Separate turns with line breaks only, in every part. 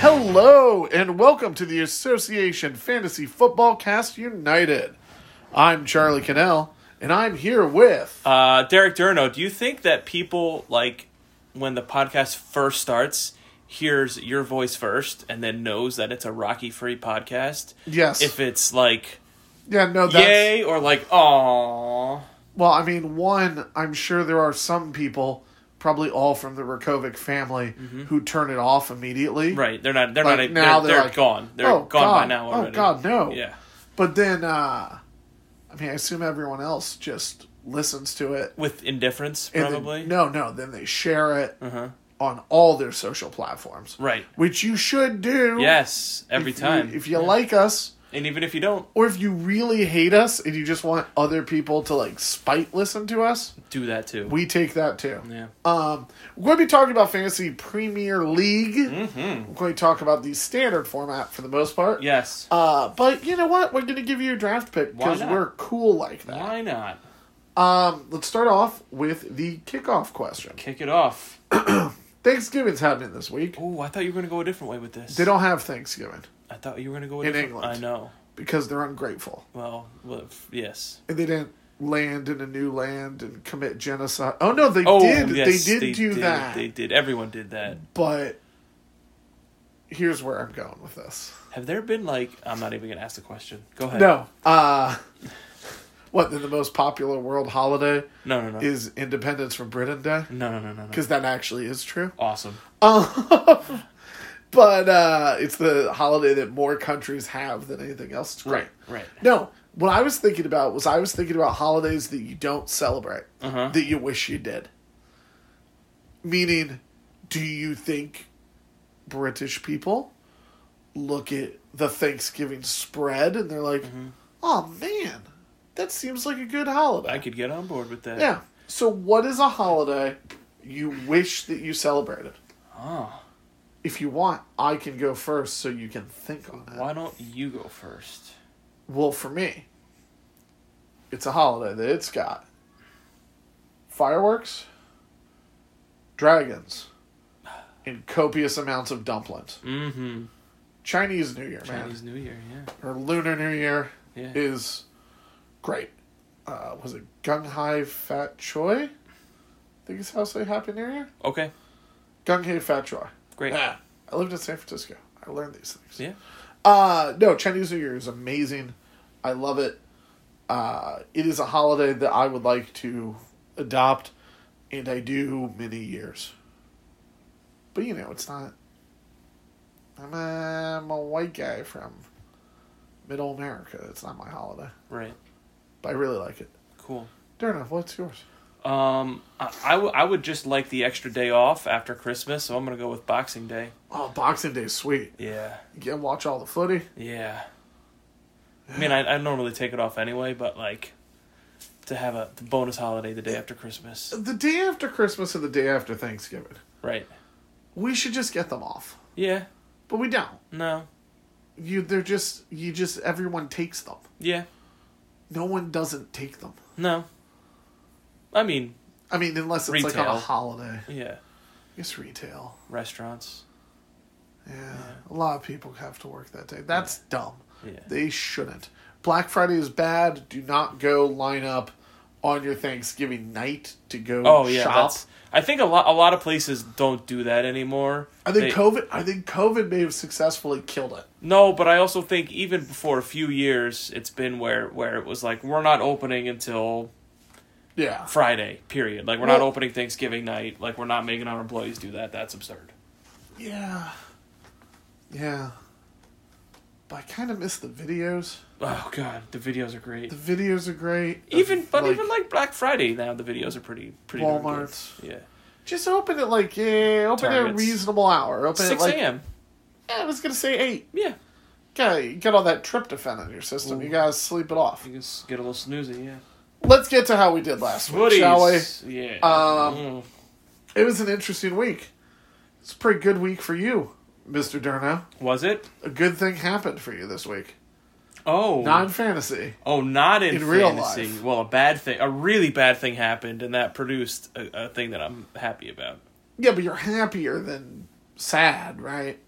Hello and welcome to the Association Fantasy Football Cast United. I'm Charlie Cannell, and I'm here with
Uh, Derek Durno, do you think that people like when the podcast first starts hears your voice first and then knows that it's a Rocky Free podcast?
yes,
If it's like
yeah, no, that's
yay or like aww,
well. I mean, one, I'm sure there are some people, probably all from the Rakovic family, who turn it off immediately,
Mm-hmm. right? They're not. They're
Like,
not. a-
now
they're,
they're
they're
like,
gone. They're
"Oh,
gone by
God.
now
Oh,
already.
God, no.
Yeah.
But then, uh, I mean, I assume everyone else just listens to it.
With indifference,
and then-
probably. Uh-huh.
no, no. Then they share it on all their social platforms,
Right.
Which you should do.
Yes. Every
If you-
time.
if you like us,
and even if you don't
or if you really hate us and you just want other people to like spite listen to us,
do that too.
we take that too.
yeah.
Um, we're going to be talking about Fantasy Premier League.
Mm-hmm.
We're going to talk about the standard format for the most part.
yes.
Uh, but you know what? We're going to give you a draft pick
Why
because
not?
we're cool like that.
Why not
Um, let's start off with the kickoff question.
kick it off?
Thanksgiving's happening this week.
Oh, I thought you were gonna go a different way with this.
They don't have Thanksgiving
I thought you were gonna go a
In
different-
England.
I know.
because they're ungrateful.
Well, well f- yes.
and they didn't land in a new land and commit genocide. Oh no, they
Oh,
did.
yes,
they did do that.
They did. Everyone did that.
But here's where I'm going with this.
Have there been like? I'm not even gonna ask the question. Go ahead.
No. Uh what then the most popular world holiday
no, no, no,
is Independence from Britain Day?
no, no, no, no. no.
Because that actually is true.
Awesome.
But uh it's the holiday that more countries have than anything else. It's great.
Right, right.
No. What I was thinking about was I was thinking about holidays that you don't celebrate
Uh-huh.
that you wish you did. Meaning, do you think British people look at the Thanksgiving spread and they're like,
Mm-hmm.
"Oh man, that seems like a good holiday."
I could get on board with that.
yeah. So what is a holiday you wish that you celebrated?
Oh,
If you want, I can go first so you can think on it.
why don't you go first?
Well, for me, it's a holiday that it's got fireworks, dragons, and copious amounts of dumplings.
Mm-hmm.
Chinese New Year,
Chinese New Year.
man, or Lunar New Year
Yeah. Yeah.
is great. Uh, was it Gung Hai Fat Choi? I think it's how I say Happy New Year.
Okay.
Gung Hai Fat Choi.
Great.
Yeah. I lived in San Francisco. I learned these things.
Yeah.
Uh no, Chinese New Year is amazing. I love it. Uh it is a holiday that I would like to adopt and I do many years. But you know, it's not I'm a, I'm a white guy from middle America. It's not my holiday.
Right.
But I really like it.
Cool.
Durna, what's yours?
Um, I I, w- I would just like the extra day off after Christmas, so I'm gonna go with Boxing Day.
Oh, Boxing Day's sweet.
Yeah.
You can watch all the footy.
Yeah. I mean, I, I normally take it off anyway, but like to have a bonus holiday the day after Christmas.
The day after Christmas and the day after Thanksgiving.
Right.
We should just get them off.
Yeah.
But we don't.
No.
you they're just you just everyone takes them
Yeah.
no one doesn't take them
No. I mean,
i mean unless it's like on a
Retail.
holiday
yeah.
it's retail
Restaurants.
yeah. a lot of people have to work that day that's dumb
Yeah.
they shouldn't black friday is bad do not go line up on your thanksgiving night to go
Oh yeah,
shop
that's. I think a lot. A lot of places don't do that anymore.
i think
They-
covid i think covid may have successfully killed it
No, but I also think even before a few years, it's been where where it was like we're not opening until
yeah
Friday. Period. Like we're not
Well-
opening Thanksgiving night. Like we're not making our employees do that. That's absurd.
yeah Yeah. But I kind of miss the videos.
Oh god, the videos are great.
The videos are great.
Even
Of,
but even like Black Friday now, the videos are pretty pretty. darn good.
Walmart's.
Yeah.
just open it like yeah, open it at a
Targets.
reasonable hour. Open
Six
it like
a.m.
Yeah, I was gonna say eight.
Yeah.
Gotta you got all that tryptophan in your system. You gotta sleep it off.
You can s- get a little snoozy. Yeah.
Let's get to how we did last week, shall we?
Footies. Yeah.
Um,
Mm.
It was an interesting week. It's a pretty good week for you, Mister Durnow.
was it?
A good thing happened for you this week.
Oh.
Non fantasy.
oh, not in,
in real
fantasy.
life.
Well, a bad thing, a really bad thing happened, and that produced a, a thing that I'm happy about.
Yeah, but you're happier than sad, right?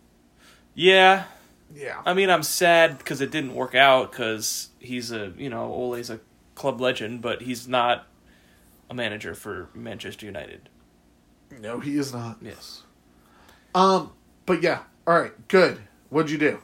Yeah.
Yeah.
I mean, I'm sad because it didn't work out. Because he's a, you know, Ole's a club legend, but he's not a manager for Manchester United.
No, he is not.
Yes.
Um, but yeah. All right. Good. What'd you do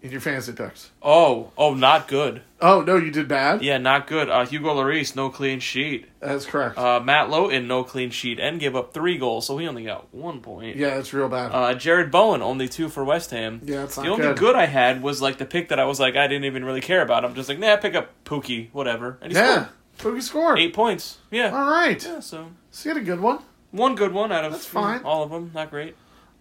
in your fantasy picks?
Oh, oh, not good.
Oh no, you did bad.
Yeah, not good. Uh, Hugo Lloris, no clean sheet.
that's correct.
Uh, Matt Lowton, no clean sheet, and gave up three goals, so he only got one point.
yeah, that's real bad.
Uh, Jared Bowen, only two for West Ham.
Yeah, that's
the
not
only
good.
good I had was like the pick that I was like I didn't even really care about. I'm just like, nah, pick up Pookie, whatever. And he
yeah,
scored
Boogie scored.
eight points. Yeah.
All right,
yeah, so
so you had a good one.
one good one out of
That's fine.
all of them. Not great.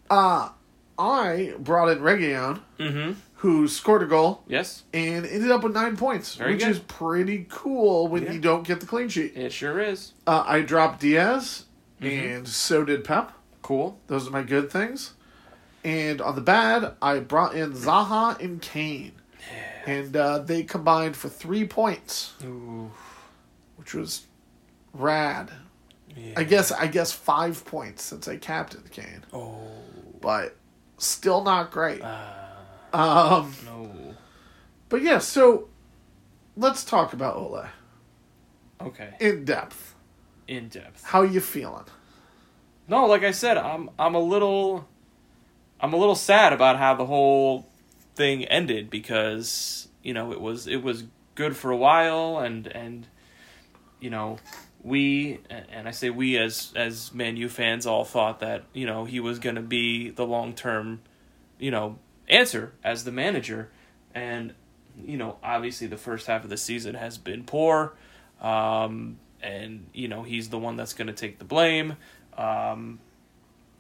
Uh I brought in Region,
Mm-hmm.
who scored a goal
Yes,
and ended up with nine points,
Very
which
good.
is pretty cool when
Yeah.
you don't get the clean sheet.
it sure is.
Uh, I dropped Diaz, and so did Pep.
Mm-hmm. Cool.
Those are my good things. And on the bad, I brought in Zaha and Kane, and uh, they combined for three points,
Ooh.
which was rad.
Yeah.
I guess I guess five points since I captained Kane,
Oh
but still not great. um,
no.
but yeah, so let's talk about Ole
Okay.
in depth.
In depth.
How you feeling?
No, like I said, I'm I'm a little I'm a little sad about how the whole thing ended because, you know, it was it was good for a while and and you know, we and and I say we as as Man U fans all thought that, you know, he was going to be the long-term, you know, answer as the manager and you know, obviously the first half of the season has been poor. Um and you know, he's the one that's going to take the blame. Um,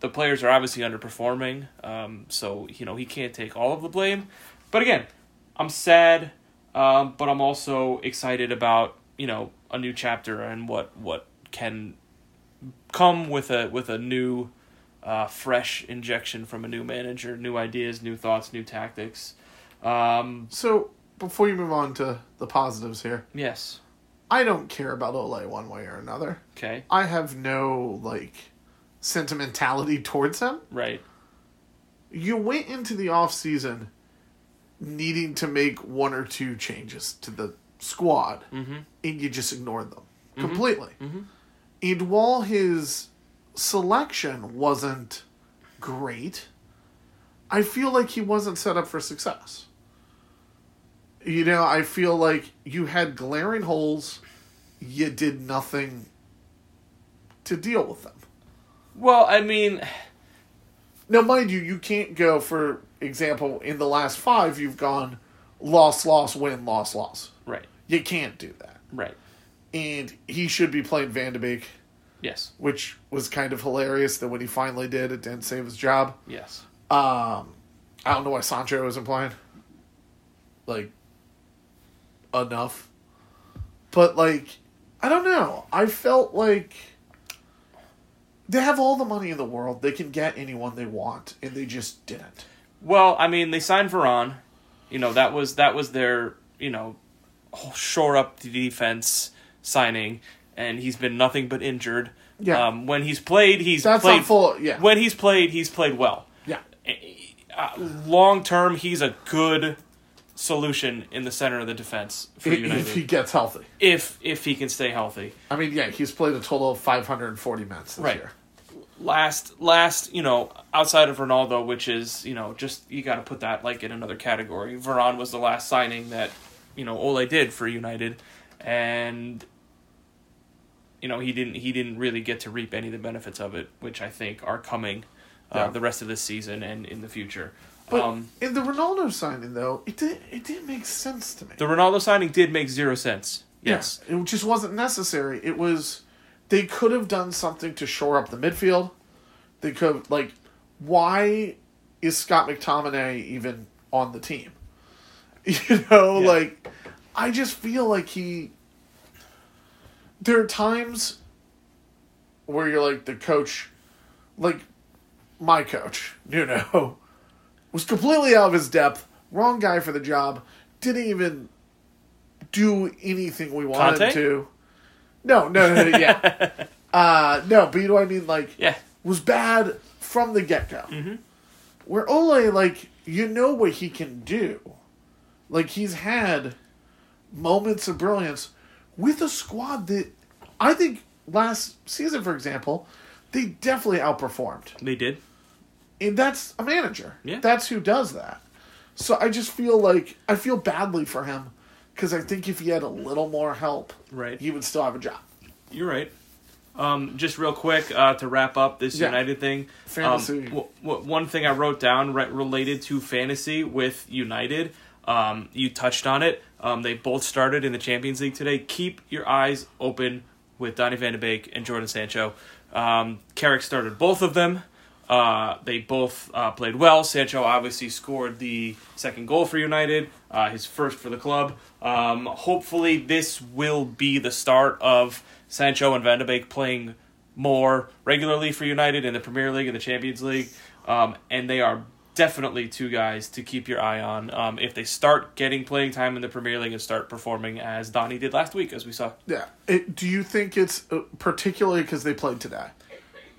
the players are obviously underperforming, um, so you know he can't take all of the blame. But again, I'm sad, um, but I'm also excited about you know a new chapter and what what can come with a with a new, uh, fresh injection from a new manager, new ideas, new thoughts, new tactics. Um,
So before you move on to the positives here,
yes.
I don't care about Ole one way or another.
Okay.
I have no like sentimentality towards him.
Right.
You went into the off season needing to make one or two changes to the squad.
Mm-hmm.
and you just ignored them completely. And while his selection wasn't great, I feel like he wasn't set up for success. You know, I feel like you had glaring holes, you did nothing to deal with them.
Well, I mean,
Now, mind you, you can't go, for example, in the last five, you've gone loss, loss, win, loss, loss.
right,
You can't do that.
right.
And he should be playing Van de Beek
Yes.
which was kind of hilarious that when he finally did, it didn't save his job.
Yes.
Um, I don't know why Sancho isn't playing. Like, enough. But, like, I don't know. I felt like they have all the money in the world. They can get anyone they want, and they just didn't.
Well, I mean, they signed Veron. You know that was that was their you know shore up the defense signing, and he's been nothing but injured.
Yeah.
Um, when he's played, he's
That's
played
not full. Yeah.
When he's played, he's played well.
yeah.
Uh, Long term, he's a good solution in the center of the defense for
If,
United
if he gets healthy.
if if he can stay healthy.
I mean, yeah, he's played a total of 540 minutes this
Right.
year.
last last you know outside of Ronaldo, which is you know just you got to put that like in another category. Veron was the last signing that you know Ole did for United, and you know he didn't he didn't really get to reap any of the benefits of it, which I think are coming. uh,
Yeah.
the rest of this season and in the future.
But
um,
in the Ronaldo signing, though, it did it didn't make sense to me.
the Ronaldo signing did make zero sense. Yes.
Yeah, it just wasn't necessary. It was they could have done something to shore up the midfield. They could like why is Scott McTominay even on the team? You know,
Yeah.
like I just feel like he there are times where you're like the coach like my coach, you know, was completely out of his depth, wrong guy for the job, didn't even do anything we wanted
Conte?
to. No, no, no, no yeah. uh, no, but you know what I mean? Like,
Yeah.
was bad from the get go.
Mm-hmm.
Where Ole, like, you know what he can do. Like, he's had moments of brilliance with a squad that I think last season, for example, they definitely outperformed.
They did.
And that's a manager.
Yeah.
That's who does that. So I just feel like I feel badly for him because I think if he had a little more help,
Right.
he would still have a job.
You're right. Um, just real quick uh, to wrap up this
Yeah.
United thing.
Fantasy.
Um, w- w- one thing I wrote down re- related to fantasy with United. Um, you touched on it. Um, they both started in the Champions League today. Keep your eyes open with Donny Van de Beek and Jordan Sancho. Um, Carrick started both of them. Uh, they both uh, played well. Sancho obviously scored the second goal for United, uh, his first for the club. Um, hopefully, this will be the start of Sancho and Van de Beek playing more regularly for United in the Premier League and the Champions League. Um, and they are definitely two guys to keep your eye on um, if they start getting playing time in the Premier League and start performing as Donny did last week, as we saw.
Yeah. It, do you think it's uh, particularly because they played today?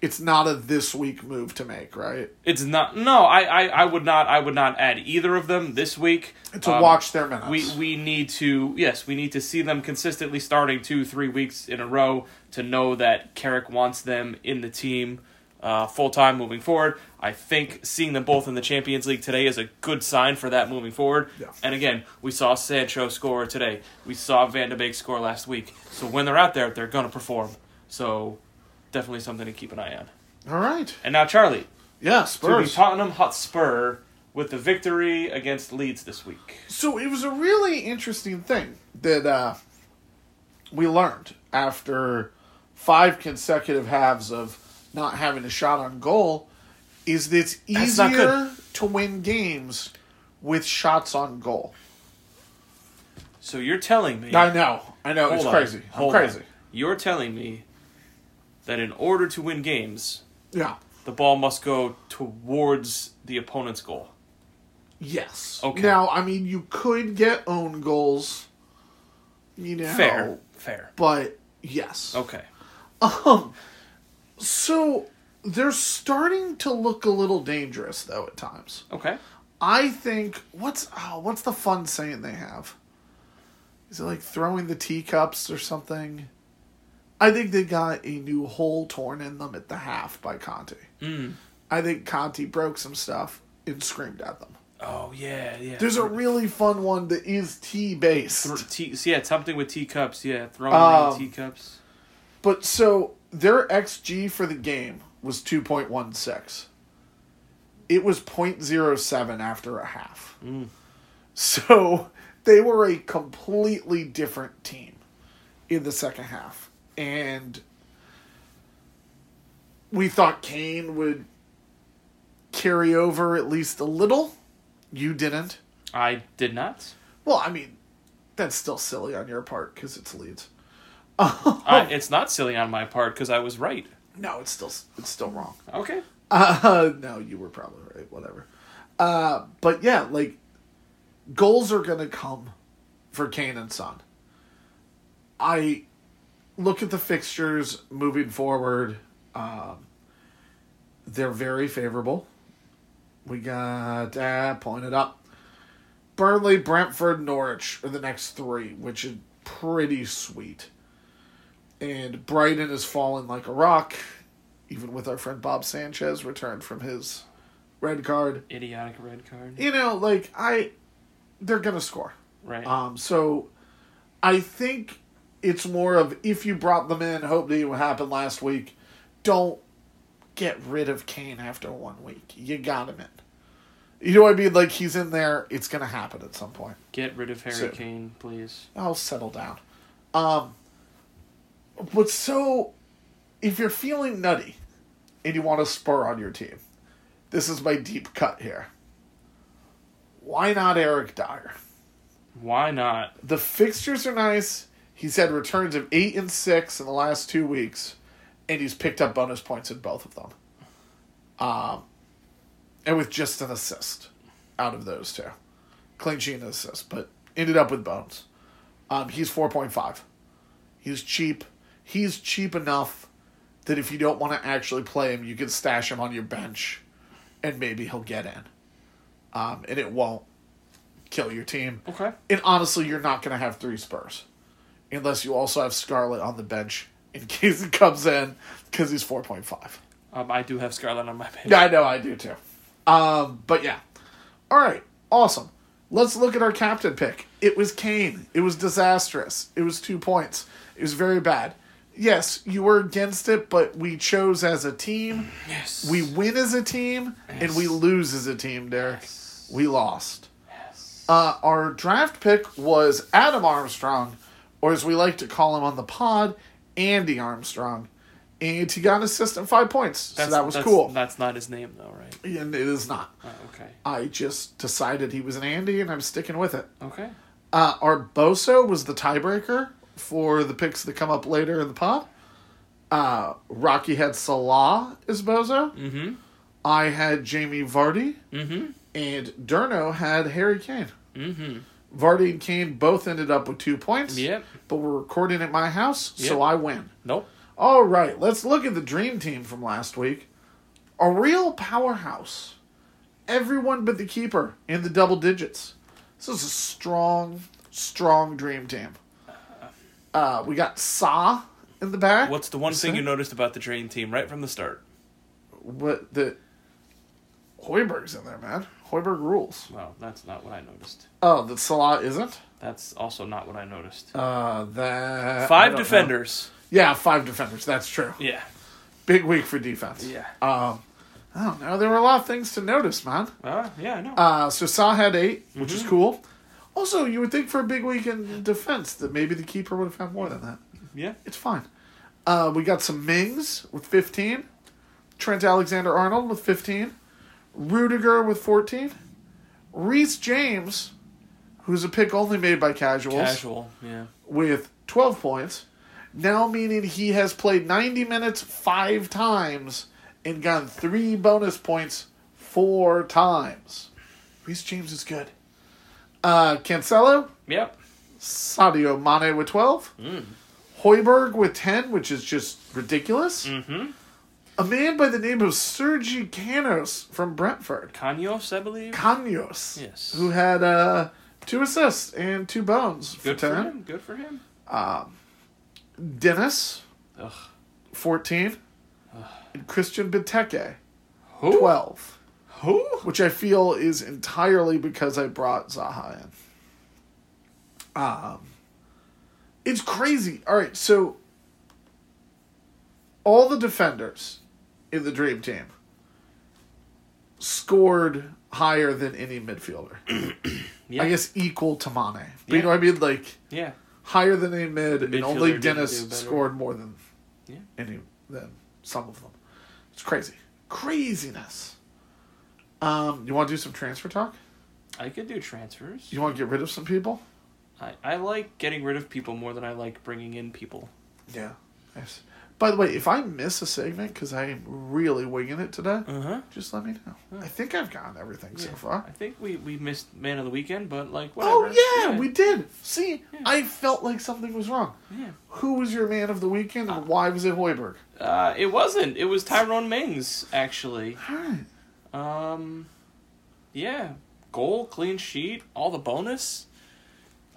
It's not a this week move to make, right?
It's not no, I, I, I would not I would not add either of them this week.
It's a
Um,
watch their minutes.
We we need to yes, we need to see them consistently starting two three weeks in a row to know that Carrick wants them in the team uh, full time moving forward. I think seeing them both in the Champions League today is a good sign for that moving forward.
Yeah.
And again, we saw Sancho score today. We saw Van de Beek score last week. So when they're out there, they're gonna perform. So definitely something to keep an eye on.
All right.
And now Charlie
Yeah,
to be
Spurs.
Tottenham Hotspur with the victory against Leeds this week.
so it was a really interesting thing that uh, we learned after five consecutive halves of not having a shot on goal is that it's
That's not good.
easier to win games with shots on goal.
So you're telling me
I know. I know.
Hold
it's
on,
crazy. I'm
hold on.
crazy.
You're telling me that in order to win games,
Yeah.
the ball must go towards the opponent's goal.
Yes.
Okay.
Now, I mean, you could get own goals, you know.
Fair. Fair.
But yes.
Okay.
So they're starting to look a little dangerous, though, at times.
Okay.
I think what's oh, what's the fun saying they have? Is it like throwing the teacups or something? I think they got a new hole torn in them at the half by Conti.
Hmm.
I think Conti broke some stuff and screamed at them.
Oh yeah, yeah.
There's a really fun one that is tea
Th-
based.
tea, yeah, something with teacups. Yeah, throwing around
Um,
teacups.
But so their XG for the game was 2.16. It was 0.07 after a half. So they were a completely different team in the second half. And we thought Kane would carry over at least a little. You didn't.
I did not.
Well, I mean, that's still silly on your part because it's Leeds. oh.
I, it's not silly on my part because I was right.
No, it's still it's still wrong.
Okay.
Uh, no, you were probably right. Whatever. Uh, but yeah, like goals are gonna come for Kane and Son. I look at the fixtures moving forward. Um, they're very favorable. We got uh, pulling it up. Burnley, Brentford, Norwich are the next three, which is pretty sweet. And Brighton has fallen like a rock, even with our friend Bob Sanchez returned from his red card.
Idiotic red card.
You know, like I, they're gonna score.
Right.
Um, so I think it's more of if you brought them in, hope that it would happen last week. Don't get rid of Kane after one week. You got him in. You know what I mean? Like he's in there. It's gonna happen at some point.
Get rid of Harry
So-
Kane, please.
I'll settle down. Um, but so, if you're feeling nutty and you want a spur on your team, this is my deep cut here. Why not Eric Dyer?
Why not?
The fixtures are nice. He's had returns of eight and six in the last two weeks, and he's picked up bonus points in both of them. Um, and with just an assist out of those two, clean sheet and assist, but ended up with bones. Um, he's four point five. He's cheap. He's cheap enough that if you don't want to actually play him, you can stash him on your bench, and maybe he'll get in. Um, and it won't kill your team.
Okay.
And honestly, you're not going to have three Spurs unless you also have Scarlett on the bench in case he comes in because he's 4.5.
Um, I do have Scarlet on my page.
Yeah, I know, I do too. Um, but yeah. All right, awesome. Let's look at our captain pick. It was Kane. It was disastrous. It was two points. It was very bad. Yes, you were against it, but we chose as a team.
Yes.
We win as a team, and we lose as a team, Derek. We lost. Uh, our draft pick was Adam Armstrong, or as we like to call him on the pod, Andy Armstrong. And he got an assist and five points. so that was
that's,
cool.
That's not his name though, right?
and it is not.
Oh, okay.
I just decided he was an Andy, and I'm sticking with it.
Okay.
Uh, our Boso was the tiebreaker for the picks that come up later in the pod. Uh, Rocky had Salah as Bozo. Mm-hmm. I had Jamie Vardy. Mm-hmm. And Durno had Harry Kane. Mm-hmm. Vardy and Kane both ended up with two points.
Yep.
But we're recording at my house, so
Yep.
I win.
Nope.
All right, let's look at the dream team from last week. A real powerhouse. Everyone but the keeper in the double digits. This is a strong, strong dream team. Uh, we got Sa in the back.
What's the one thing you noticed about the dream team right from the start?
What the Hoiberg's in there, man. Hoiberg rules.
Well, that's not what I noticed.
Oh, that Salah isn't.
That's also not what I noticed.
Uh, that I
Five
don't know.
defenders.
Yeah, five defenders. That's true.
Yeah.
Big week for defense.
Yeah.
Um, I don't know. There were a lot of things to notice, man.
Uh, yeah, I know.
Uh, so Saw had eight, which is cool. Also, you would think for a big week in defense that maybe the keeper would have had more than that.
yeah.
It's fine. Uh, we got some Mings with 15, Trent Alexander Arnold with 15, Rudiger with 14, Reese James, who's a pick only made by casuals,
Casual. Yeah.
with 12 points, now meaning he has played 90 minutes five times and gotten three bonus points four times. Reese James is good. Uh, Cancelo,
Yep.
Sadio Mane with 12,
Mm.
Hoiberg with 10, which is just ridiculous. Mm-hmm. A man by the name of Sergi Canos from Brentford,
Canos, I believe.
Canos,
Yes.
who had uh, two assists and two bones
Good
for
for
10.
him. Good for him.
Dennis,
Ugh.
14. And Christian Benteke,
Who?
12.
Who?
Which I feel is entirely because I brought Zaha in. Um, it's crazy. All right, so all the defenders in the Dream Team scored higher than any midfielder.
Yeah.
I guess equal to Mane. But you
Yeah.
know what I mean? Like,
Yeah.
higher than any mid,
Midfielder
and only
didn't do
Dennis
better.
scored more than
Yeah.
any than some of them. It's crazy, craziness. Um, you want to do some transfer talk?
I could do transfers.
You want to get rid of some people?
I, I like getting rid of people more than I like bringing in people.
Yeah. Nice. By the way, if I miss a segment because I am really winging it today,
huh.
just let me know. I think I've gotten everything so far.
I think we, we missed Man of the Weekend, but like
Oh
whatever.
yeah, we did. See, I felt like something was wrong.
Yeah.
Who was your man of the weekend, and why was it Hoiberg?
Uh, it wasn't. It was Tyrone Mings actually.
All right.
Um, yeah, goal, clean sheet, all the bonus.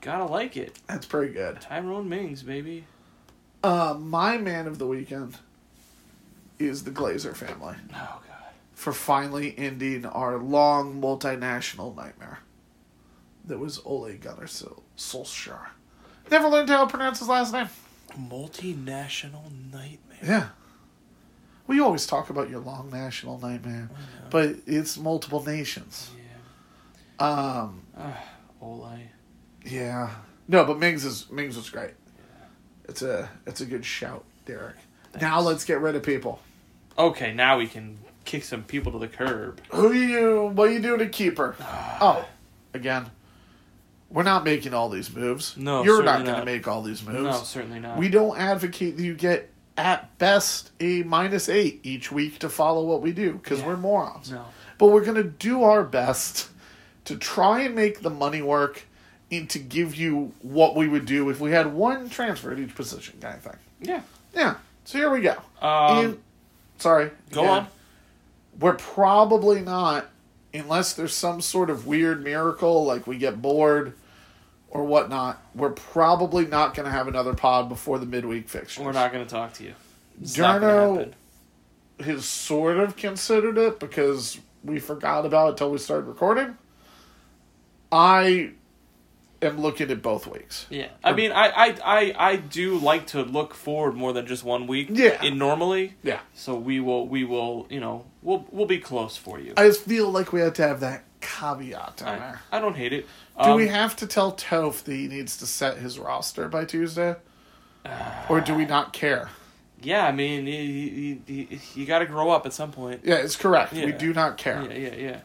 Gotta like it.
That's pretty good.
Tyrone Mings, baby.
Uh, my man of the weekend is the Glazer family
Oh god.
for finally ending our long multinational nightmare. That was Ole Gunnar Sol- Solskjaer. Never learned how to pronounce his last name.
Multinational nightmare.
Yeah. We always talk about your long national nightmare, but it's multiple nations.
Yeah.
Um,
Ole.
yeah, no, but Mings is Mings was great. It's a it's a good shout, Derek. Now let's get rid of people.
Okay, now we can kick some people to the curb.
Who you? What you do to keep her? oh, again, we're not making all these moves.
No,
you're
certainly
not going to
not.
make all these moves.
No, certainly not.
We don't advocate that you get at best a minus eight each week to follow what we do because
Yeah.
we're morons.
No.
But we're going to do our best to try and make the money work and to give you what we would do if we had one transfer at each position kind of thing.
Yeah.
Yeah. So here we go.
Um,
Ian- sorry.
Go
Yeah.
on.
We're probably not, unless there's some sort of weird miracle, like we get bored or whatnot, we're probably not going to have another pod before the midweek fixture.
We're not going to talk to you. It's not gonna
Darno-
happen.
has sort of considered it because we forgot about it till we started recording. I am looking at both weeks.
Yeah, I mean, I, I, I, I do like to look forward more than just one week.
Yeah.
In normally.
Yeah.
So we will, we will, you know, we'll, we'll be close for you. I,
I just feel like we have to have that caveat on there.
I don't hate it.
Do
Um,
we have to tell Toph that he needs to set his roster by Tuesday? or do we not care?
Yeah, I mean, you, you, you, you got to grow up at some point.
Yeah, it's correct. We
Yeah.
do not care.
Yeah, yeah, yeah.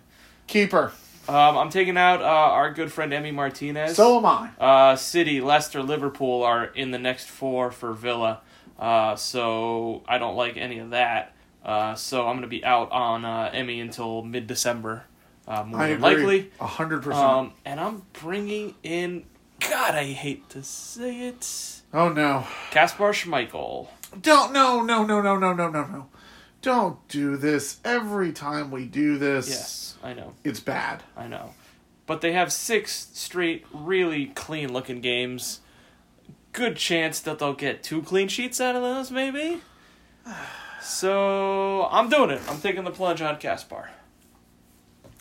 Keeper.
Um, I'm taking out uh, our good friend Emmy Martinez.
So am I.
Uh, City, Leicester, Liverpool are in the next four for Villa. Uh, so I don't like any of that. Uh, so I'm going to be out on uh, Emmy until mid December, uh, more
I
than
agree.
likely.
A 100%.
Um, and I'm bringing in. God, I hate to say it.
oh, no.
Kaspar Schmeichel.
Don't no no no no no no no no. Don't do this. Every time we do this,
Yes, I know,
it's bad.
I know. But they have six straight, really clean looking games. Good chance that they'll get two clean sheets out of those, maybe. So I'm doing it. I'm taking the plunge on Kaspar.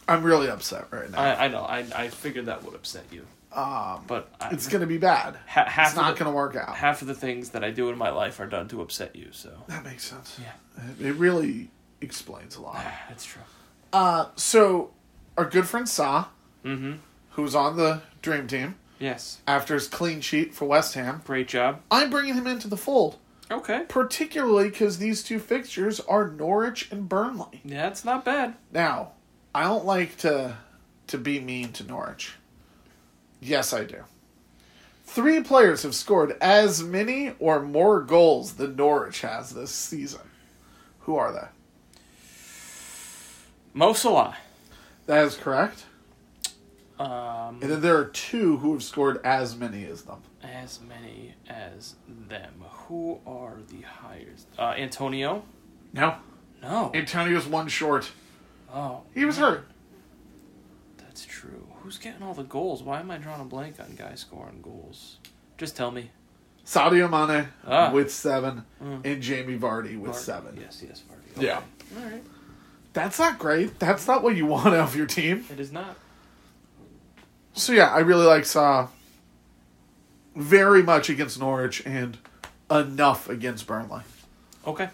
I'm really upset right now.
I, I know. I, I figured that would upset you.
um,
But I,
it's gonna be bad.
ha- half
It's not
of the,
gonna work out.
half of the things that I do in my life are done to upset you. So
That makes sense.
Yeah.
It- it really explains a lot.
that's true.
Uh, so our good friend Sa,
Mm-hmm.
who's on the dream team
Yes.
after his clean sheet for West Ham,
Great job.
I'm bringing him into the fold,
Okay.
particularly because these two fixtures are Norwich and Burnley.
Yeah, it's not bad.
Now, I don't like to to be mean to Norwich. Yes, I do. Three players have scored as many or more goals than Norwich has this season. Who are they?
Mo Salah.
That is correct.
Um,
And then there are two who have scored as many as them.
as many as them. Who are the hires? Uh, Antonio?
No.
No.
Antonio's one short.
Oh,
He was hurt.
that's true. Who's getting all the goals? Why am I drawing a blank on guys scoring goals? Just tell me.
Sadio Mane
Ah.
with seven
Mm.
and Jamie Vardy with
Vardy.
seven.
Yes, yes, Vardy.
Yeah.
All right.
That's not great. That's not what you want out of your team.
It is not.
So yeah, I really like Saw very much against Norwich and enough against Burnley.
Okay.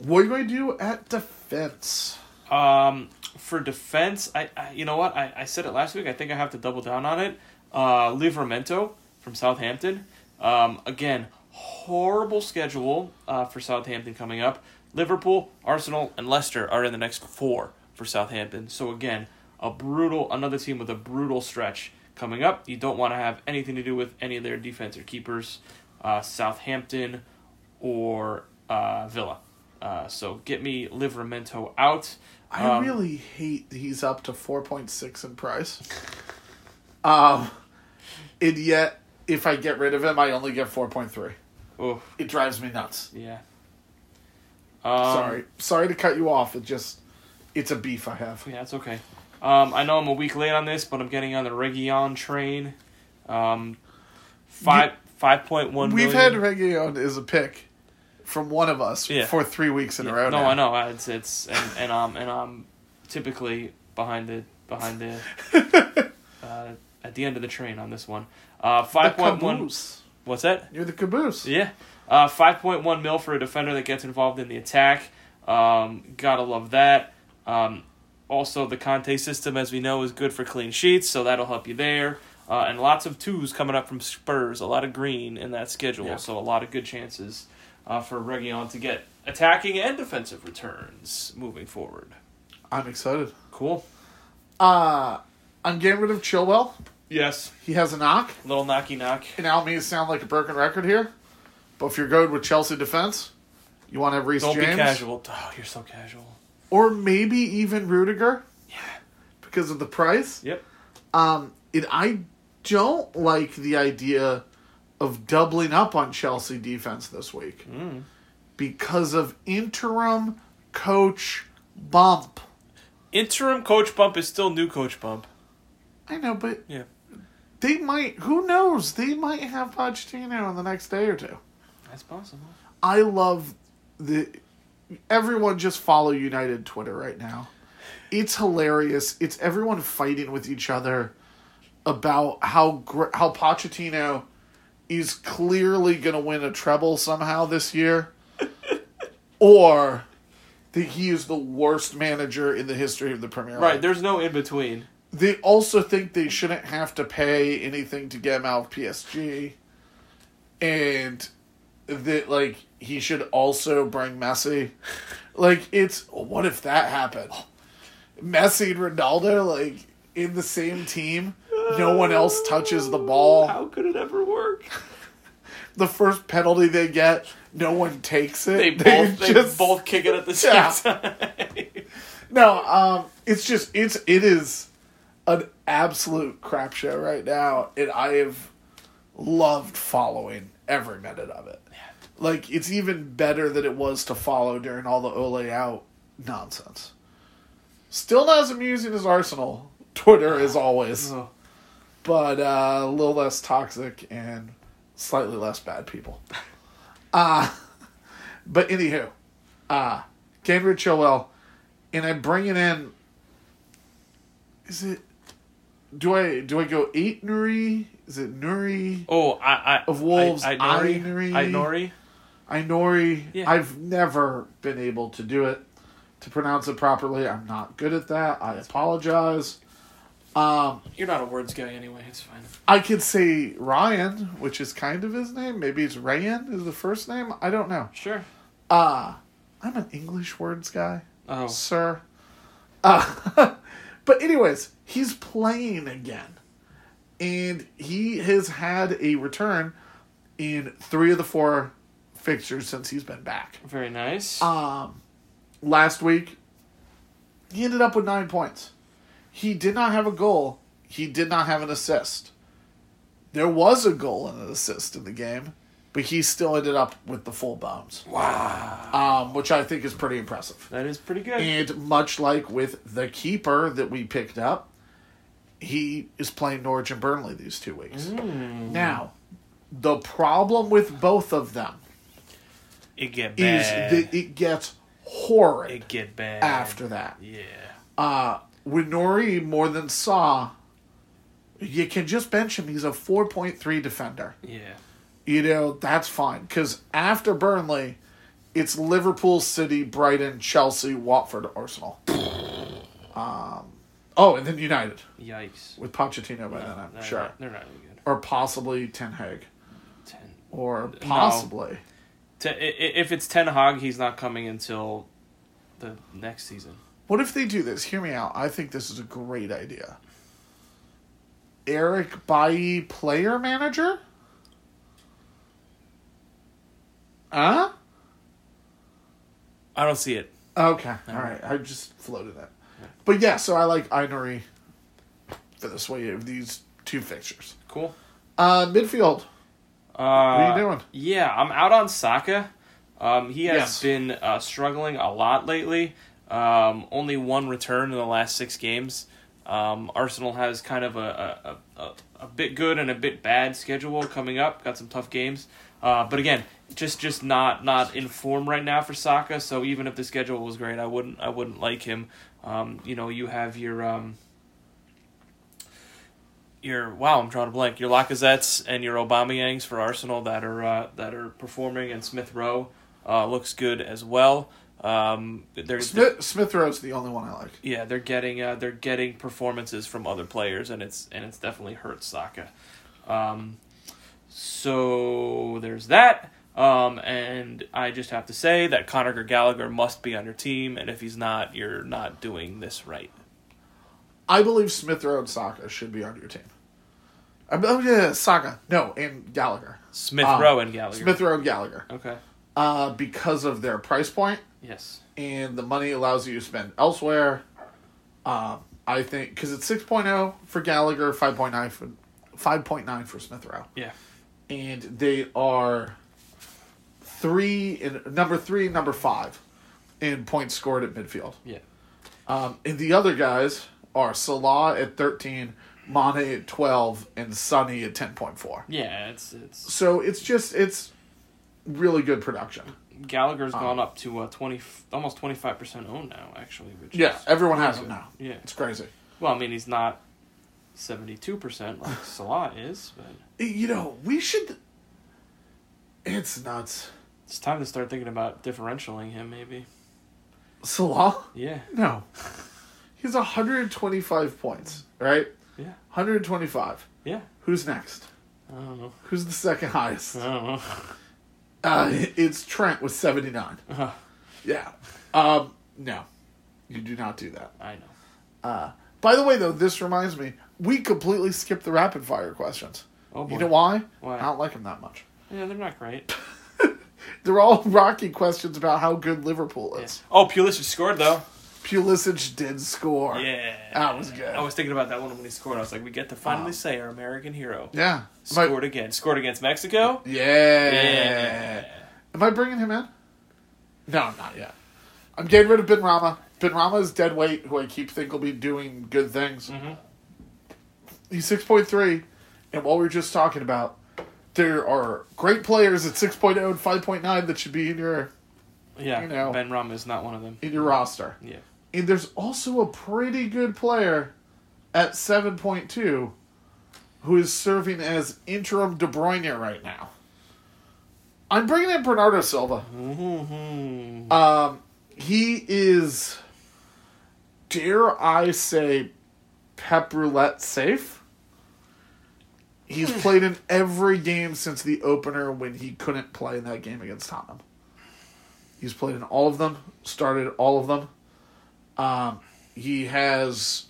What are you going to do at defense?
Um, for defense, I, I you know what? I, I said it last week. I think I have to double down on it. Uh, Livramento from Southampton. Um, again, horrible schedule uh, for Southampton coming up. Liverpool, Arsenal, and Leicester are in the next four for Southampton. So again, a brutal another team with a brutal stretch coming up. You don't want to have anything to do with any of their defense or keepers. Uh, Southampton or uh, Villa. Uh, so get me Livramento out.
I
Um,
really hate that he's up to 4.6 in price. Um and yet if I get rid of him, I only get 4.3.
Oh
It drives me nuts.
yeah. Um,
Sorry. Sorry to cut you off. It just it's a beef I have.
Yeah, it's okay. Um, I know I'm a week late on this, but I'm getting on the Region train. Um, five five point one.
We've had Region as a pick from one of us
Yeah.
for 3 weeks in a row
no,
now.
I know. I- It's it's and, and um and I'm typically behind the behind the uh, at the end of the train on this one. Uh,
The
five point one
caboose.
What's that?
You're the caboose.
Yeah. Uh, 5.1 mil for a defender that gets involved in the attack. Um, gotta love that. Um, also, the Conte system, as we know, is good for clean sheets, so that'll help you there. Uh, and lots of twos coming up from Spurs, a lot of green in that schedule,
Yeah.
so a lot of good chances uh, for Reguilon to get attacking and defensive returns moving forward.
I'm excited.
Cool.
Uh, I'm getting rid of Chilwell.
Yes.
He has a knock.
Little knocky knock.
And now it may sound like a broken record here, but if you're good with Chelsea defense, you want to have Reece
Don't
James.
be casual. Oh, you're so casual.
Or maybe even Rudiger. Yeah. Because of the price.
Yep.
Um, and I don't like the idea of doubling up on Chelsea defense this week because of interim coach bump.
Interim coach bump is still new coach bump.
I know, but
Yeah.
they might. Who knows? They might have Pochettino in the next day or two.
That's possible.
I love the everyone just follow United Twitter right now. It's hilarious. It's everyone fighting with each other about how gr- how Pochettino is clearly going to win a treble somehow this year or that he is the worst manager in the history of the Premier League.
Right, there's no in between.
They also think they shouldn't have to pay anything to get him out of PSG, and that like he should also bring Messi. Like it's what if that happened? Messi and Ronaldo like in the same team. No one else touches the ball.
How could it ever work?
The first penalty they get, no one takes it.
They both they
just-
both kick it at the same
Yeah.
time.
No, um, it's just it's it is an absolute crap show right now, and I have loved following every minute of it. Like it's even better than it was to follow during all the Ole out nonsense. Still not as amusing as Arsenal Twitter is always,
Oh.
but uh, a little less toxic and slightly less bad people. Uh, but anywho, uh, Gabriel Chilwell and I'm bringing in. Is it? Do I do I go eight Nuri? Is it Nuri?
Oh, I, I
Of Wolves,
I, I Nori,
Ainori.
I Nori.
Inori.
Yeah.
I've never been able to do it, to pronounce it properly. I'm not good at that. I apologize. Um,
You're not a words guy anyway. It's fine.
I could say Ryan, which is kind of his name. Maybe it's Ryan is the first name. I don't know.
Sure.
Uh I'm an English words guy.
Oh,
sir. Uh, but anyways, he's playing again, and he has had a return in three of the four fixtures since he's been back.
very nice.
Um, last week, he ended up with nine points. He did not have a goal. He did not have an assist. There was a goal and an assist in the game, but he still ended up with the full bombs.
wow,
Um, which I think is pretty impressive.
that is pretty good.
And much like with the keeper that we picked up, he is playing Norwich and Burnley these two weeks.
Mm.
Now, the problem with both of them
it get
is
bad.
that it gets horrid
it get bad
after that.
Yeah.
Uh, with Nori more than Saw, you can just bench him. He's a 4.3 defender.
Yeah.
You know, that's fine. Because after Burnley, it's Liverpool, City, Brighton, Chelsea, Watford, Arsenal. um, oh, and then United
Yikes.
with Pochettino by then, I'm
They're
sure.
Not, they're not really good.
Or possibly Ten Hag.
Ten.
Or possibly.
Te- i- i- if it's Ten Hog, he's not coming until the next season.
What if they do this? Hear me out. I think this is a great idea. Eric Bailly, player manager? Huh?
I don't see it.
Okay. All right. I just floated it. But yeah, so I like Inori for this way of these two fixtures.
Cool.
Uh midfield.
Uh, what are
you doing?
Yeah, I'm out on Saka. Um, he has
Yes.
been uh, struggling a lot lately. Um, only one return in the last six games. Um, Arsenal has kind of a, a, a, a bit good and a bit bad schedule coming up. Got some tough games. Uh, but again, just just not not in form right now for Saka. So even if the schedule was great, I wouldn't I wouldn't like him. Um, you know, you have your um, your wow, I'm drawing a blank. Your Lacazettes and your Aubameyangs for Arsenal that are uh, that are performing, and Smith Rowe uh, looks good as well. Um, they're,
Smith Smith Rowe's the only one I like.
yeah, they're getting uh, they're getting performances from other players, and it's and it's definitely hurt Saka. Um, so there's that. Um, and I just have to say that Conor Gallagher must be on your team, and if he's not, you're not doing this right.
I believe Smith Rowe and Saka should be on your team. I mean, oh yeah, Saka. No, and Gallagher.
Smith
Um,
Rowe and Gallagher.
Smith Rowe and Gallagher.
Okay.
Uh, because of their price point
Yes.
and the money it allows you to spend elsewhere. Um, I think because it's 6.0 for Gallagher, 5.9 for 5.9 for Smith Rowe.
Yeah.
and they are three and number three and number five in points scored at midfield.
Yeah.
Um, and the other guys are Salah at thirteen, Mane at twelve, and Sonny at ten point four.
Yeah. It's it's
So it's just it's really good production.
Gallagher's
Oh.
gone up to uh, twenty almost twenty five percent owned now actually. Which
Yeah,
Is,
everyone has them now.
yeah.
It's crazy.
Well, I mean he's not seventy two percent like Salah is, but
You know, we should. It's nuts.
it's time to start thinking about differentialing him maybe.
Salah?
Yeah.
No. He's 125 points, right?
Yeah.
125.
Yeah.
Who's next?
I don't know.
Who's the second highest?
I don't know.
Uh, it's Trent with 79.
Uh-huh.
Yeah. Um, no, you do not do that.
I know.
By the way, though, this reminds me, we completely skipped the rapid fire questions.
Oh boy.
You know why?
Why?
I don't like them that much.
Yeah, they're not great.
They're all rocky questions about how good Liverpool
Yeah.
is.
Oh, Pulisic scored though.
Pulisic did score.
Yeah.
That was good.
I was thinking about that one when he scored. I was like, we get to finally
Wow.
say our American hero
Yeah. Am I-
scored again. Scored against Mexico.
yeah.
Yeah.
Am I bringing him in? No, I'm not yet. I'm getting rid of Bin Rama. Bin Rama is dead weight, who I keep think will be doing good things. He's six point three, and what we were just talking about, there are great players at six point oh and five point nine that should be in your
Yeah,
You know.
Ben Rum is not one of them.
in your roster.
Yeah,
And there's also a pretty good player at seven point two who is serving as interim De Bruyne right now. I'm bringing in Bernardo Silva.
Mhm.
Um, he is, dare I say, Pep Roulette safe. He's played in every game since the opener when he couldn't play in that game against Tottenham. He's played in all of them, started all of them. Um, he has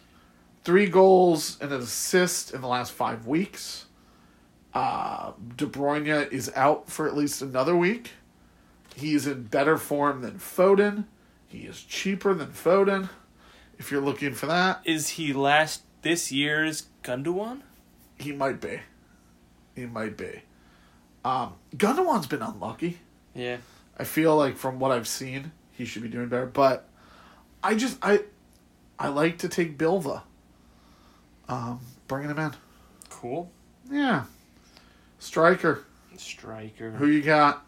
three goals and an assist in the last five weeks. Uh, De Bruyne is out for at least another week. He's in better form than Foden. He is cheaper than Foden. If you're looking for that,
is he last this year's Gundogan?
he might be. He might be. Um, Gundogan's been unlucky.
Yeah,
I feel like from what I've seen, he should be doing better. But I just I I like to take Bilva. Um, bringing him in.
cool
Yeah. Striker,
striker.
who you got?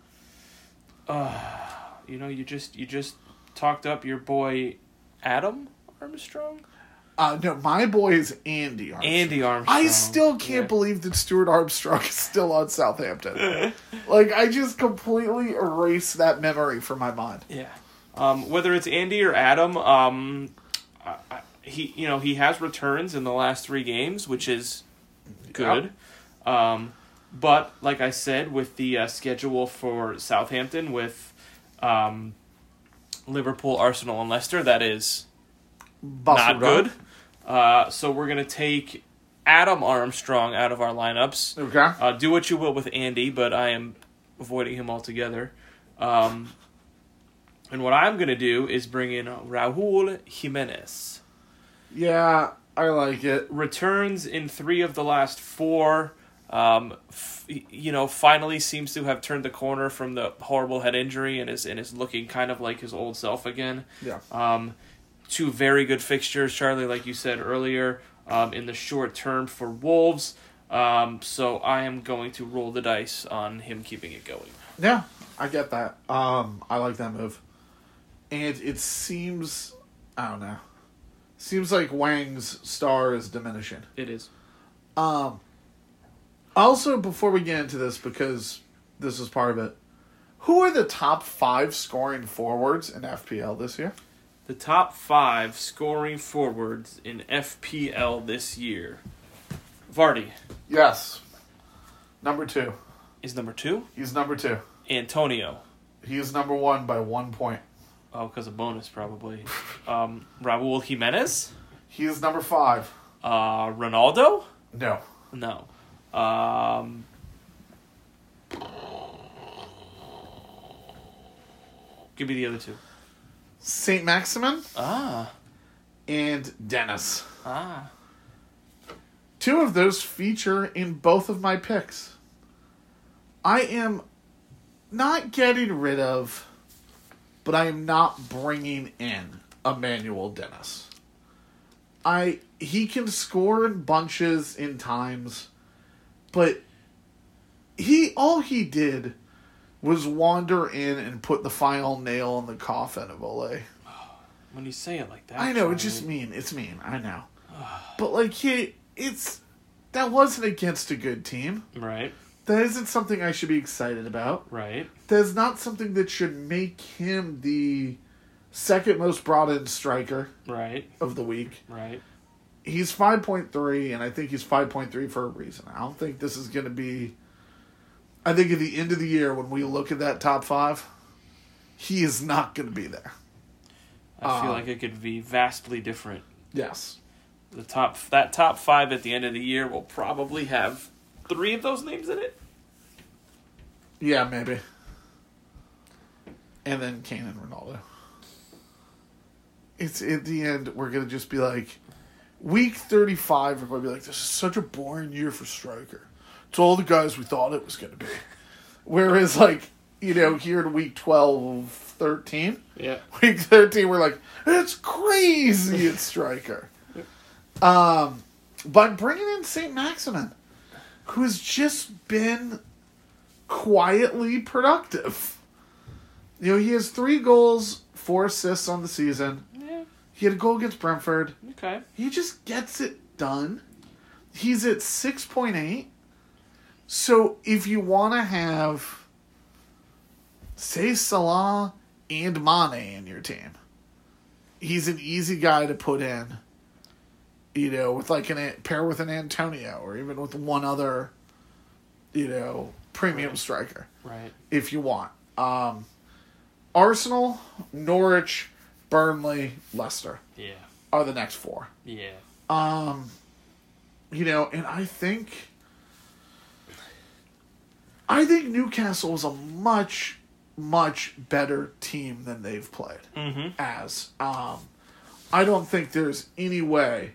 you know, you just you just talked up your boy Adam Armstrong,
Uh, no, my boy is Andy Armstrong.
Andy Armstrong.
I still can't
Yeah.
believe that Stuart Armstrong is still on Southampton. like I just completely erased that memory from my mind.
Yeah. Um, whether it's Andy or Adam, um, I, I, he you know he has returns in the last three games, which is good. Um, but like I said, with the uh, schedule for Southampton, with um, Liverpool, Arsenal, and Leicester, that is
Busted up.
not good. Uh, so we're gonna take Adam Armstrong out of our lineups.
Okay.
Uh, do what you will with Andy, but I am avoiding him altogether. Um, and what I'm going to do is bring in Raul Jimenez.
Yeah, I like it.
Returns in three of the last four. Um, f- you know, finally seems to have turned the corner from the horrible head injury and is and is looking kind of like his old self again.
Yeah.
Um, two very good fixtures, Charlie, like you said earlier, um, in the short term for Wolves. Um, so I am going to roll the dice on him keeping it going.
Yeah, I get that. Um, I like that move. And it seems, I don't know, seems like Wang's star is diminishing.
It is.
Um, also, before we get into this, because this is part of it, who are the top five scoring forwards in FPL this year?
The top five scoring forwards in FPL this year. Vardy
Yes. Number two.
is number two.
He's number two.
Antonio,
He is number one by one point.
oh, because of bonus probably. Um, Raul Jimenez,
He is number five.
uh, Ronaldo.
No.
No. Um, give me the other two.
St. Maximin
Ah,
and Dennis.
ah.
Two of those feature in both of my picks. I am not getting rid of, but I am not bringing in Emmanuel Dennis. I he can score in bunches in times, but he all he did was wander in and put the final nail in the coffin of Ole.
When you say it like that,
I know, it's
Charlie,
just mean. It's mean. I know. But like he it's that wasn't against a good team.
right,
That isn't something I should be excited about.
right.
That is not something that should make him the second most brought in striker
Right,
of the week.
right.
He's five point three and I think he's five point three for a reason. I don't think this is gonna be I think at the end of the year when we look at that top five, he is not gonna be there.
I feel
Uh,
like it could be vastly different.
Yes.
The top that top five at the end of the year will probably have three of those names in it.
Yeah, maybe. And then Kane and Ronaldo. It's at the end we're gonna just be like, week thirty five. We're gonna be like, this is such a boring year for striker. It's all the guys we thought it was gonna be. Whereas like you know here in week 12, 13,
Yeah.
week thirteen we're like, it's crazy. It's striker. Um, but bringing in Saint Maximin, who has just been quietly productive. You know, he has three goals, four assists on the season.
Yeah.
He had a goal against Brentford.
Okay.
He just gets it done. He's at 6.8. So if you want to have, say, Salah and Mane in your team, he's an easy guy to put in, you know, with like an An- pair with an Antonio or even with one other, you know, premium striker
Right.
if you want. Um, Arsenal, Norwich, Burnley, Leicester
Yeah.
are the next four.
Yeah.
Um, you know, and I think, I think Newcastle is a much, much better team than they've played
Mm-hmm.
as. Um, I don't think there's any way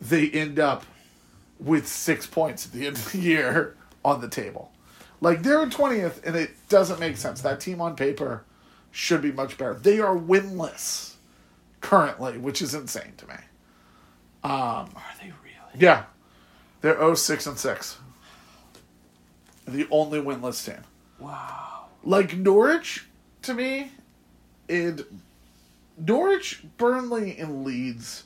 they end up with six points at the end of the year on the table. Like they're twentieth, and it doesn't make sense. That team on paper should be much better. They are winless currently, which is insane to me.
Are they really?
Yeah. They're 0 6 and 6. The only winless team.
Wow.
Like Norwich, to me, and Norwich, Burnley, and Leeds,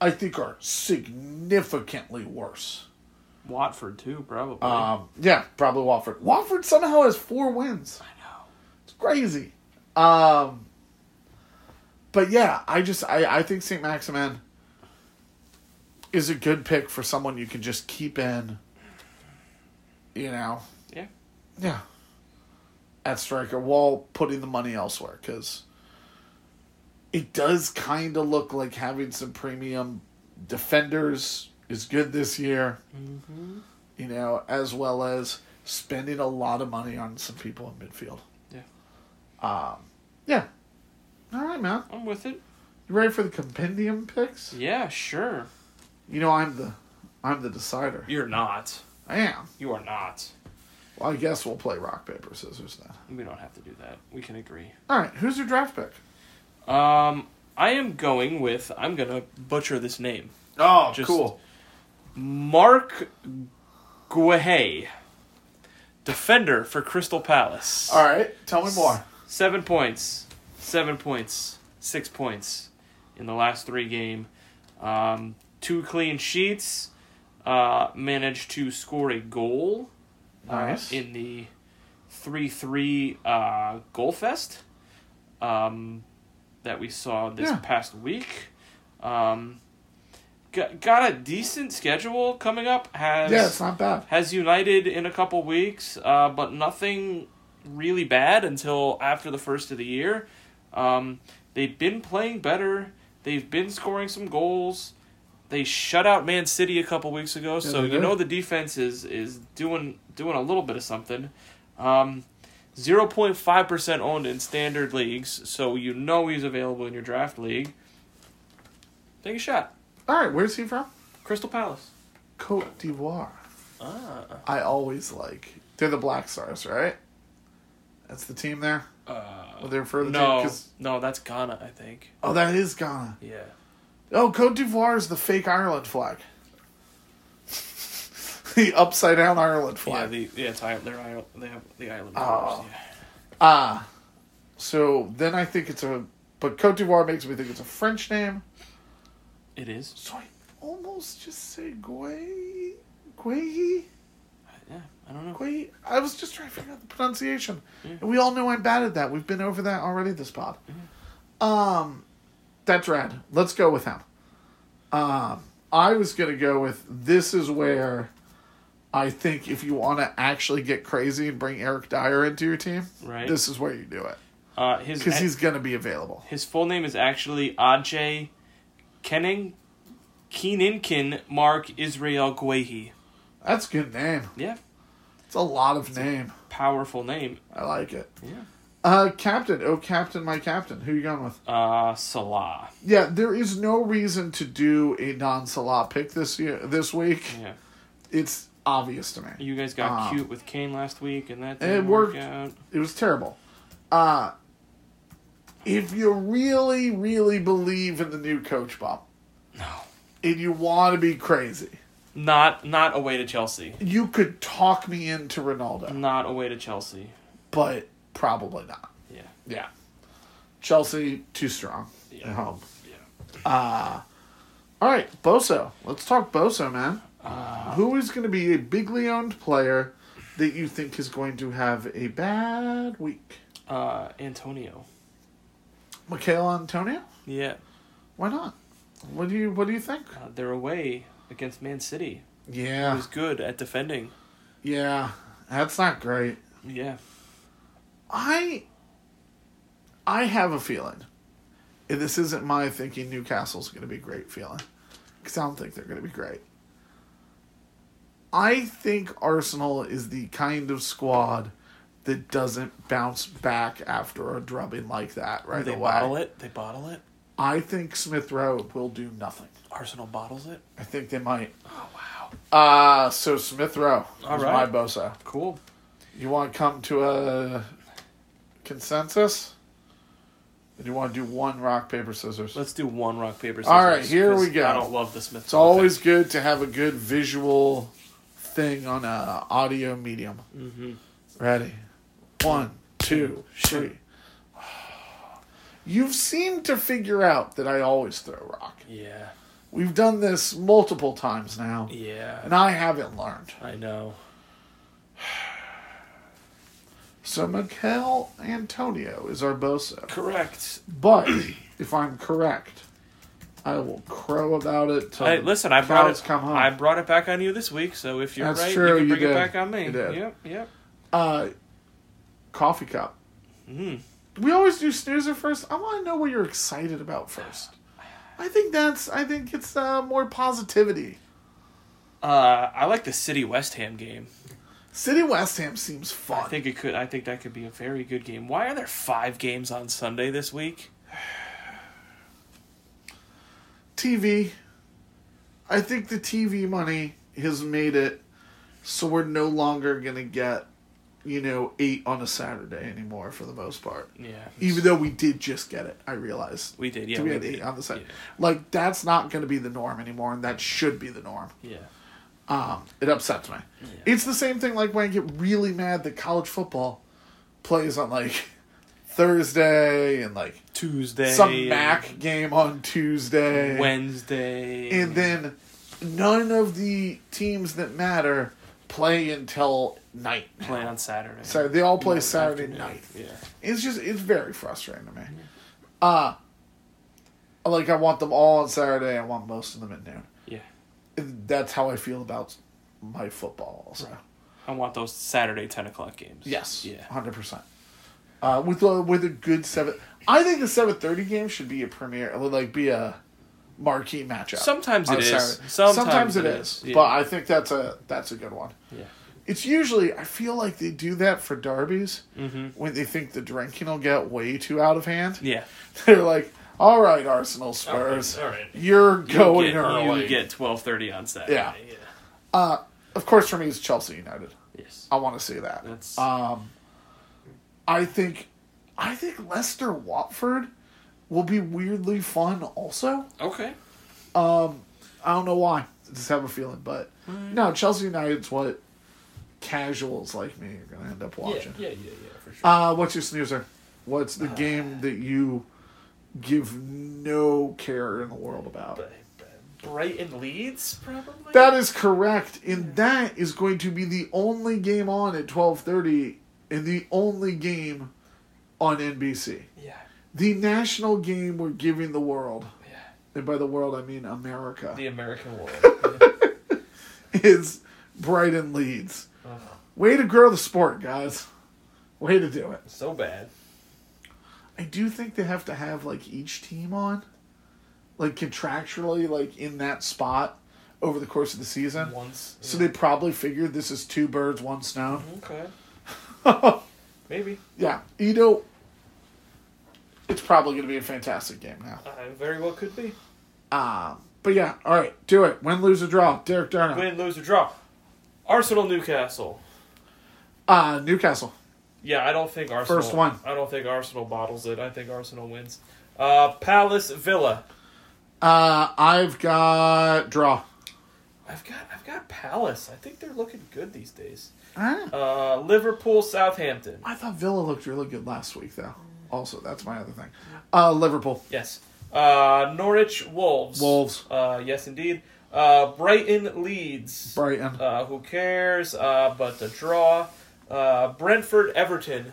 I think are significantly worse.
Watford too, probably.
Um, yeah, probably Watford. Watford somehow has four wins.
I know.
It's crazy. Um, but yeah, I just I, I think St. Maximin is a good pick for someone you can just keep in. You know,
Yeah.
yeah. At striker while putting the money elsewhere because it does kind of look like having some premium defenders is good this year.
Mm-hmm.
You know, as well as spending a lot of money on some people in midfield.
Yeah.
Um, yeah. All right, man.
I'm with it.
You ready for the compendium picks?
Yeah, sure.
You know I'm the, I'm the decider.
You're not.
I am.
You are not.
Well, I guess we'll play rock paper scissors then.
We don't have to do that. We can agree.
All right. Who's your draft pick?
Um, I am going with. I'm gonna butcher this name.
Oh,
Just- Mark Guehay, defender for Crystal Palace.
All right. Tell me more.
Seven points. Seven points. Six points in the last three game. Um, two clean sheets. uh, managed to score a goal uh,
Nice.
in the 3 3 uh, goal fest um, that we saw this
Yeah.
past week. Um, got, got a decent schedule coming up. Has
yeah, it's not bad.
has United in a couple weeks, uh, but nothing really bad until after the first of the year. Um, they've been playing better. They've been scoring some goals. They shut out Man City a couple weeks ago, so
they
you
did.
know the defense is is doing doing a little bit of something. Um, 0.5% owned in standard leagues, so you know he's available in your draft league. Take a shot.
All right, where's he from?
Crystal Palace.
Cote d'Ivoire.
Ah.
I always like. They're the Black Stars, right? That's the team there. Well, they're for the team,
Uh, No,
'cause-
no, that's Ghana, I think.
oh, that is Ghana.
Yeah.
Oh, Cote d'Ivoire is the fake Ireland flag. the upside down Ireland
Yeah,
flag.
the, yeah, it's Ireland. They're Ireland. They have the island.
Oh.
colours, yeah.
Ah, so then I think it's a. But Cote d'Ivoire makes me think it's a French name.
It is.
So I almost just said Guay. Guay.
Yeah, I don't know.
Guay. I was just trying to figure out the pronunciation. And we all know I'm bad at that. We've been over that already this pod. Um, that's rad. Let's go with him. Um, I was going to go with this is where I think if you want to actually get crazy and bring Eric Dyer into your team,
Right.
this is where you do it.
Uh, his
Because he's going to be available.
his full name is actually Ajay Kenning Keeninkin Mark Israel Gwehi.
That's a good name.
Yeah,
It's a lot of name.
powerful name.
I like it.
Yeah.
Uh, Captain. Oh, Captain, my Captain. Who you going with?
Uh, Salah.
Yeah, there is no reason to do a non Salah pick this year, this week.
Yeah,
It's obvious to me.
you guys got
Ah.
cute with Kane last week, and that
And
didn't
it worked.
work out.
It was terrible. Uh if you really, really believe in the new coach, Bob,
No,
and you want to be crazy,
not not away to Chelsea.
you could talk me into Ronaldo,
Not away to Chelsea.
but probably not.
Yeah,
Yeah, Chelsea too strong
Yeah.
at home. Uh,
yeah.
All right, Boso. Let's talk Boso, man. Who is going to be a bigly owned player that you think is going to have a bad week?
Uh, Antonio.
Mikhail Antonio?
Yeah,
Why not? What do you What do you think?
uh, they're away against Man City.
Yeah,
Who's good at defending?
yeah, that's not great.
Yeah.
I I have a feeling, and this isn't my thinking. Newcastle's going to be great feeling because I don't think they're going to be great. I think Arsenal is the kind of squad that doesn't bounce back after a drubbing like that right
they
away.
bottle it. They bottle it.
I think Smith Rowe will do nothing.
Arsenal bottles it.
I think they might.
Oh wow.
Uh so Smith Rowe
All
is my
right.
bosa.
Cool.
You want to come to a consensus? And you want to do one rock, paper, scissors?
Let's do one rock paper scissors.
All right, here we
'cause
go.
I don't love the Smith.
It's always good to have a good visual thing on a audio medium.
Mm-hmm.
Ready? One, two, three. You've seemed to figure out that I always throw rock.
Yeah.
We've done this multiple times now,
Yeah.
and I haven't learned.
I know.
So Mikel Antonio is our boso.
Correct.
But if I'm correct, I will crow about it. Till
Hey,
the
listen, I brought
cows
it.
Come home.
I brought it back on you this week. So if you're
That's
right,
true,
you can
you
bring it
did.
back on me.
You did.
Yep. Yep.
uh, coffee cup.
Mm.
We always do snoozer first. I want to know what you're excited about first. I think that's. I think it's uh, more positivity.
Uh, I like the City West Ham game.
City West Ham seems fun.
I think it could. I think that could be a very good game. Why are there five games on Sunday this week?
TV. I think the TV money has made it so we're no longer gonna get, you know, eight on a Saturday anymore for the most part.
Yeah.
Even though we did just get it, I realized.
we did. Yeah.
we had
did.
eight on the side.
Yeah.
Like that's not going to be the norm anymore, and that should be the norm.
Yeah.
Um, it upsets me. It's the same thing like when I get really mad that college football plays on like Thursday and like
Tuesday.
some MAC game on Tuesday,
Wednesday.
and then none of the teams that matter play until night.
Play on Saturday.
So they all play Saturday night.
Yeah.
It's just it's very frustrating to me. Uh like I want them all on Saturday. I want most of them at noon.
Yeah.
That's how I feel about my football. Also,
I want those Saturday ten o'clock games.
yes, Uh-huh.
Yeah.
hundred percent. Uh, with a with a good seven, I think the seven thirty game should be a premiere, like be a marquee matchup.
Sometimes
on
it is.
Saturday.
Sometimes
Sometimes it
it
is,
is, yeah.
but I think that's a that's a good one.
Yeah.
It's usually I feel like they do that for derbies when they think the drinking will get way too out of hand.
Mm-hmm. Yeah.
They're like, "All right, Arsenal Spurs,
all right.
you're going
you get,
early."
You get twelve thirty on Saturday.
Yeah. Uh,
yeah.
Of course, for me, it's Chelsea United.
Yes.
I want to see that.
That's
I think, I think Leicester Watford will be weirdly fun. Also,
okay.
I don't know why. I just have a feeling, but
Mm.
no, Chelsea United's what casuals like me are gonna end up watching.
yeah, Uh, yeah, for sure.
Uh, what's your snoozer? What's the game that you give no care in the world about?
Brighton Leeds, probably.
That is correct, and that is going to be the only game on at twelve thirty, and the only game on NBC.
yeah,
The national game we're giving the world,
yeah.
and by the world I mean America,
The American War.
is Brighton Leeds. Way to grow the sport, guys. Way to do it.
so bad.
I do think they have to have like each team on, like contractually, like in that spot over the course of the season.
Once.
So they probably figured this is two birds, one stone.
Okay. Maybe.
Yeah, you know, it's probably going to be a fantastic game now.
I Uh, very well could be.
Um, but yeah, all right, do it. Win, lose, or draw. Derek Darnold.
Win, lose, or draw. Arsenal, Newcastle.
Uh, Newcastle.
Yeah, I don't think Arsenal.
First one.
I don't think Arsenal bottles it. I think Arsenal wins. Uh, Palace, Villa.
Uh, I've got draw.
I've got, I've got Palace. I think they're looking good these days.
Ah.
Uh, Liverpool, Southampton.
I thought Villa looked really good last week, though. Also, that's my other thing. Uh, Liverpool.
Yes. Uh, Norwich, Wolves.
Wolves.
Uh, yes, indeed. Uh, Brighton, Leeds.
Brighton.
Uh, who cares? Uh, but the draw. Uh, Brentford, Everton.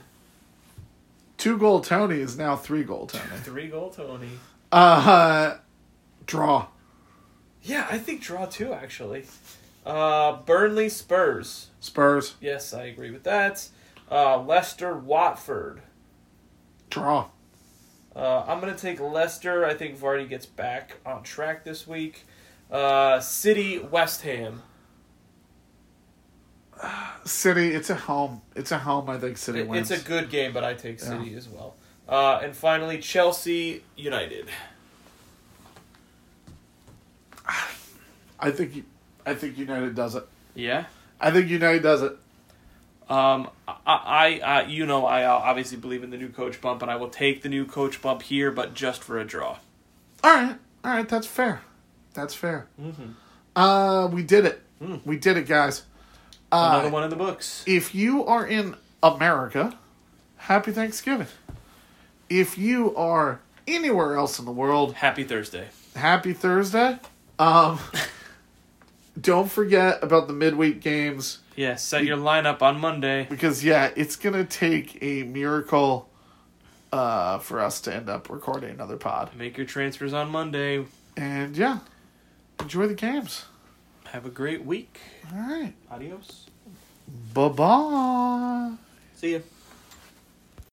Two goal Tony is now three goal Tony.
Three goal Tony.
Uh, draw.
Yeah, I think draw too, actually. Uh, Burnley, Spurs.
Spurs.
Yes, I agree with that. Uh, Leicester, Watford.
Draw.
Uh, I'm going to take Leicester. I think Vardy gets back on track this week. Uh, City, West Ham.
City. It's a home. It's a home. I think City
It-
wins.
It's a good game, but I take City as well. Uh, and finally, Chelsea, United.
I think. you- I think United does it.
Yeah.
I think United does it.
Um, I, I, I, you know, I uh, obviously believe in the new coach bump, and I will take the new coach bump here, but just for a draw.
All right. All right. That's fair. That's fair. Uh, we did it. We did it, guys.
Another one in the books.
If you are in America, happy Thanksgiving. If you are anywhere else in the world,
Happy Thursday.
happy Thursday. Um, don't forget about the midweek games
Yeah, set your lineup on Monday.
because yeah, it's gonna take a miracle uh, for us to end up recording another pod.
Make your transfers on Monday.
And yeah, enjoy the games.
Have a great week.
All right,
Adios.
bye bye.
See ya.